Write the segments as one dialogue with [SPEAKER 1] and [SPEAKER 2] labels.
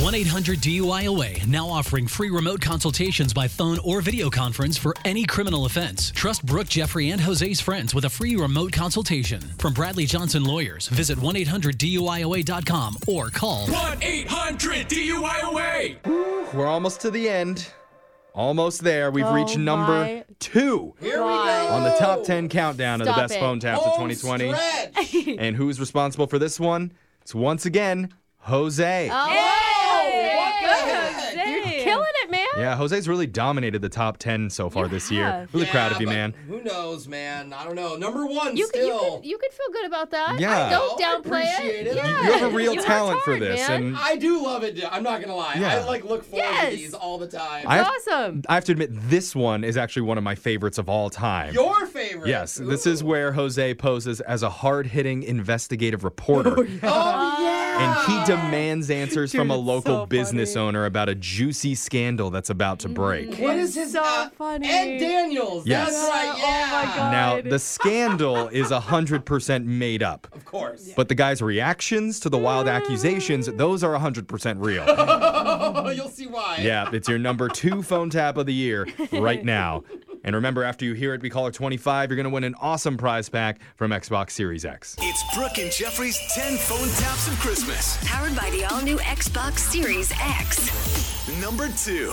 [SPEAKER 1] 1 800 DUIOA now offering free remote consultations by phone or video conference for any criminal offense. Trust Brooke, Jeffrey, and Jose's friends with a free remote consultation. From Bradley Johnson Lawyers, visit 1 800 DUIOA.com or call
[SPEAKER 2] 1 800 DUIOA!
[SPEAKER 3] We're almost to the end. Almost there. We've reached
[SPEAKER 4] Oh
[SPEAKER 3] number
[SPEAKER 4] my
[SPEAKER 3] two on the top 10 countdown of the
[SPEAKER 4] Stop
[SPEAKER 3] best
[SPEAKER 4] it.
[SPEAKER 3] phone taps of 2020. and who's responsible for this one? It's once again Jose.
[SPEAKER 4] Oh. You're killing it, man.
[SPEAKER 3] Yeah, Jose's really dominated the top 10 so far this year.
[SPEAKER 4] have.
[SPEAKER 3] Really
[SPEAKER 5] Yeah,
[SPEAKER 3] proud of you,
[SPEAKER 5] but
[SPEAKER 3] man.
[SPEAKER 5] Who knows, man? I don't know. Number one
[SPEAKER 4] You could, you,
[SPEAKER 5] still.
[SPEAKER 4] could, you could feel good about that.
[SPEAKER 3] Yeah.
[SPEAKER 4] I
[SPEAKER 5] Oh,
[SPEAKER 4] don't
[SPEAKER 5] I
[SPEAKER 4] downplay
[SPEAKER 5] appreciate
[SPEAKER 4] it.
[SPEAKER 5] it. You-
[SPEAKER 4] Yeah.
[SPEAKER 3] You have a real
[SPEAKER 4] worked
[SPEAKER 3] talent for
[SPEAKER 4] hard,
[SPEAKER 3] this.
[SPEAKER 4] man.
[SPEAKER 3] And
[SPEAKER 5] I do love it. dude. I'm not gonna lie.
[SPEAKER 3] Yeah.
[SPEAKER 5] I like look forward
[SPEAKER 4] Yes.
[SPEAKER 5] to these all the time.
[SPEAKER 3] I have,
[SPEAKER 4] awesome.
[SPEAKER 3] I have to admit, this one is actually one of my favorites of all time.
[SPEAKER 5] Your favorite. Oh,
[SPEAKER 3] Yes, this
[SPEAKER 5] Ooh.
[SPEAKER 3] is where Jose poses as a hard hitting investigative reporter.
[SPEAKER 5] Oh
[SPEAKER 3] And
[SPEAKER 5] yeah.
[SPEAKER 3] he demands answers from a
[SPEAKER 4] Ah, Dude, it's
[SPEAKER 3] local
[SPEAKER 4] so
[SPEAKER 3] business
[SPEAKER 4] funny. Mm-hmm.
[SPEAKER 3] owner about a juicy scandal that's about to break.
[SPEAKER 5] what is his
[SPEAKER 4] Oh, So
[SPEAKER 5] uh,
[SPEAKER 4] funny.
[SPEAKER 5] Ed Daniels.
[SPEAKER 3] Yes.
[SPEAKER 5] That's right. Yeah.
[SPEAKER 4] Oh my god.
[SPEAKER 3] Now, the scandal is 100% made up.
[SPEAKER 5] Of course.
[SPEAKER 3] But the guy's reactions to the wild accusations, those are 100% real.
[SPEAKER 5] Oh, you'll see why.
[SPEAKER 3] Yeah, it's your number two phone tap of the year right now. And remember, after you hear it, be caller 25, you're going to win an awesome prize pack from Xbox Series X.
[SPEAKER 6] It's Brooke and Jeffrey's 10 phone taps of Christmas.
[SPEAKER 7] Powered by the all new Xbox Series X.
[SPEAKER 6] Number two.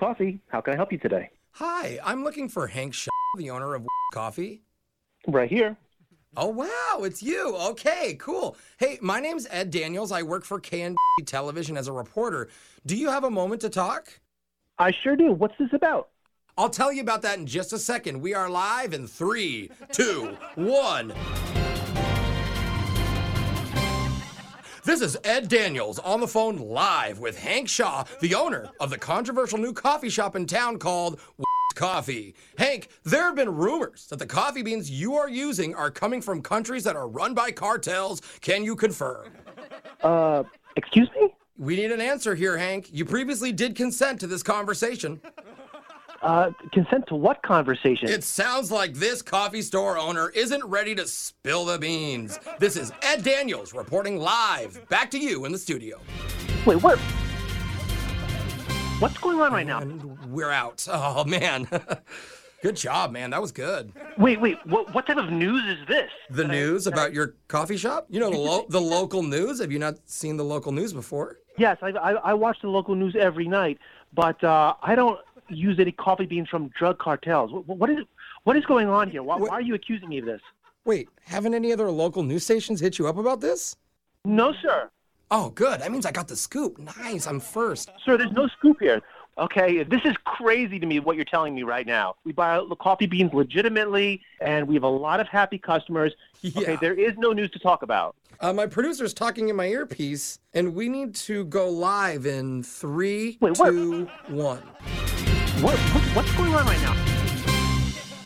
[SPEAKER 8] Coffee, how can I help you today?
[SPEAKER 2] Hi, I'm looking for Hank Shaw, the owner of Coffee.
[SPEAKER 8] Right here.
[SPEAKER 2] Oh wow, it's you. Okay, cool. Hey, my name's Ed Daniels. I work for KNB Television as a reporter. Do you have a moment to talk?
[SPEAKER 8] I sure do. What's this about?
[SPEAKER 2] I'll tell you about that in just a second. We are live in three, two, one. This is Ed Daniels on the phone live with Hank Shaw, the owner of the controversial new coffee shop in town called Coffee. Hank, there have been rumors that the coffee beans you are using are coming from countries that are run by cartels. Can you confirm?
[SPEAKER 8] Uh, excuse me?
[SPEAKER 2] We need an answer here, Hank. You previously did consent to this conversation.
[SPEAKER 8] Uh, consent to what conversation?
[SPEAKER 2] It sounds like this coffee store owner isn't ready to spill the beans. This is Ed Daniels reporting live. Back to you in the studio.
[SPEAKER 8] Wait, what? What's going on right now?
[SPEAKER 2] We're out. Oh, man. good job, man. That was good.
[SPEAKER 8] Wait, wait. What, what type of news is this?
[SPEAKER 2] The
[SPEAKER 8] That I-
[SPEAKER 2] news
[SPEAKER 8] that I-
[SPEAKER 2] about your coffee shop? You know, the, lo- the local news? Have you not seen the local news before?
[SPEAKER 8] Yes, I, I, I watch the local news every night, but uh, I don't use any coffee beans from drug cartels. What, what is what is going on here? Why, why are you accusing me of this?
[SPEAKER 2] Wait, haven't any other local news stations hit you up about this?
[SPEAKER 8] No, sir.
[SPEAKER 2] Oh, good. That means I got the scoop. Nice. I'm first.
[SPEAKER 8] Sir, there's no scoop here. Okay, this is crazy to me what you're telling me right now. We buy the coffee beans legitimately, and we have a lot of happy customers.
[SPEAKER 2] Yeah.
[SPEAKER 8] Okay, there is no news to talk about.
[SPEAKER 2] Uh, my producer's talking in my earpiece, and we need to go live in three, two, one.
[SPEAKER 8] Wait, what? What, what what's going on right now?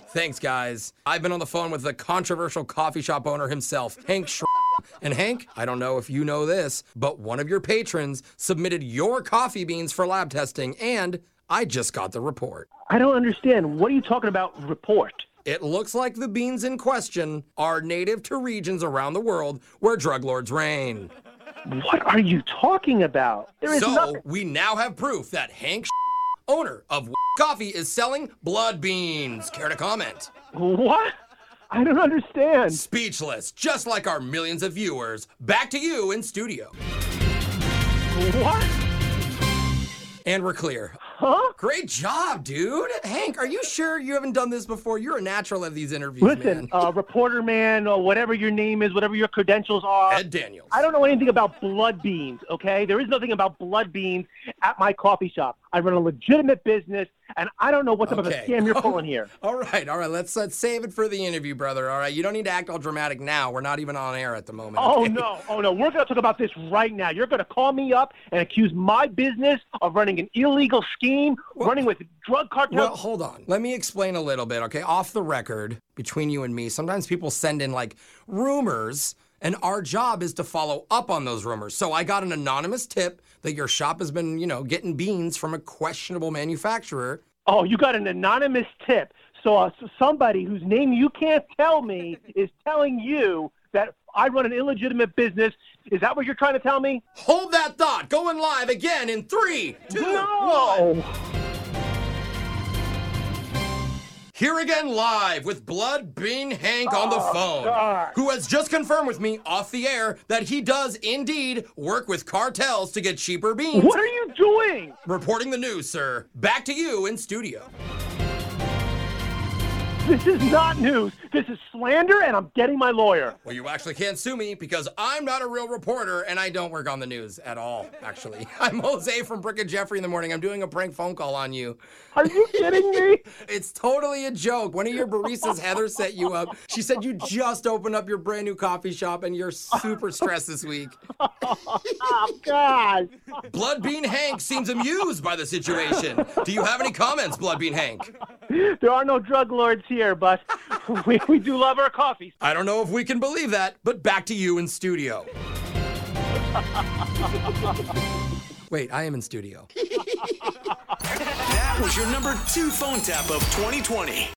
[SPEAKER 2] Thanks, guys. I've been on the phone with the controversial coffee shop owner himself, Hank Sch. And Hank, I don't know if you know this, but one of your patrons submitted your coffee beans for lab testing, and I just got the report.
[SPEAKER 8] I don't understand. What are you talking about? Report.
[SPEAKER 2] It looks like the beans in question are native to regions around the world where drug lords reign.
[SPEAKER 8] What are you talking about? There is
[SPEAKER 2] So
[SPEAKER 8] nothing.
[SPEAKER 2] we now have proof that Hank, owner of Coffee, is selling blood beans. Care to comment?
[SPEAKER 8] What? I don't understand.
[SPEAKER 2] Speechless, just like our millions of viewers. Back to you in studio.
[SPEAKER 8] What?
[SPEAKER 2] And we're clear.
[SPEAKER 8] Huh?
[SPEAKER 2] Great job, dude. Hank, are you sure you haven't done this before? You're a natural at these interviews,
[SPEAKER 8] Listen,
[SPEAKER 2] man.
[SPEAKER 8] uh, reporter man, or whatever your name is, whatever your credentials are.
[SPEAKER 2] Ed Daniels.
[SPEAKER 8] I don't know anything about blood beans, okay? There is nothing about blood beans at my coffee shop. I run a legitimate business, and I don't know what type of
[SPEAKER 2] Okay.
[SPEAKER 8] a scam you're pulling here.
[SPEAKER 2] All right, all right. Let's let's save it for the interview, brother. All right, you don't need to act all dramatic now. We're not even on air at the moment.
[SPEAKER 8] Oh,
[SPEAKER 2] okay?
[SPEAKER 8] no. Oh, no. We're going to talk about this right now. You're going to call me up and accuse my business of running an illegal scheme, running with drug cartels.
[SPEAKER 2] Well, hold on. Let me explain a little bit, okay? Off the record, between you and me, sometimes people send in like rumors, and our job is to follow up on those rumors. So I got an anonymous tip that your shop has been, you know, getting beans from a questionable manufacturer.
[SPEAKER 8] oh, you got an anonymous tip. So uh, s- somebody whose name you can't tell me is telling you that I run an illegitimate business. Is that what you're trying to tell me?
[SPEAKER 2] Hold that thought. Going live again in three, two,
[SPEAKER 8] No.
[SPEAKER 2] Here again live with Blood Bean Hank on the phone,
[SPEAKER 8] Oh, God.
[SPEAKER 2] who has just confirmed with me off the air that he does indeed work with cartels to get cheaper beans.
[SPEAKER 8] What are you doing?
[SPEAKER 2] Reporting the news, sir. Back to you in studio.
[SPEAKER 8] This is not news. This is slander, and I'm getting my lawyer.
[SPEAKER 2] Well, you actually can't sue me because I'm not a real reporter and I don't work on the news at all, actually. I'm Jose from Brick and Jeffrey in the morning. I'm doing a prank phone call on you.
[SPEAKER 8] Are you kidding me?
[SPEAKER 2] It's totally a joke. One of your baristas, Heather, set you up. She said you just opened up your brand new coffee shop and you're super stressed this week.
[SPEAKER 8] Oh, God.
[SPEAKER 2] Bloodbean Hank seems amused by the situation. Do you have any comments, Bloodbean Hank?
[SPEAKER 8] There are no drug lords here, but we, we do love our coffee.
[SPEAKER 2] I don't know if we can believe that, but back to you in studio. Wait, I am in studio.
[SPEAKER 6] That was your number two phone tap of 2020.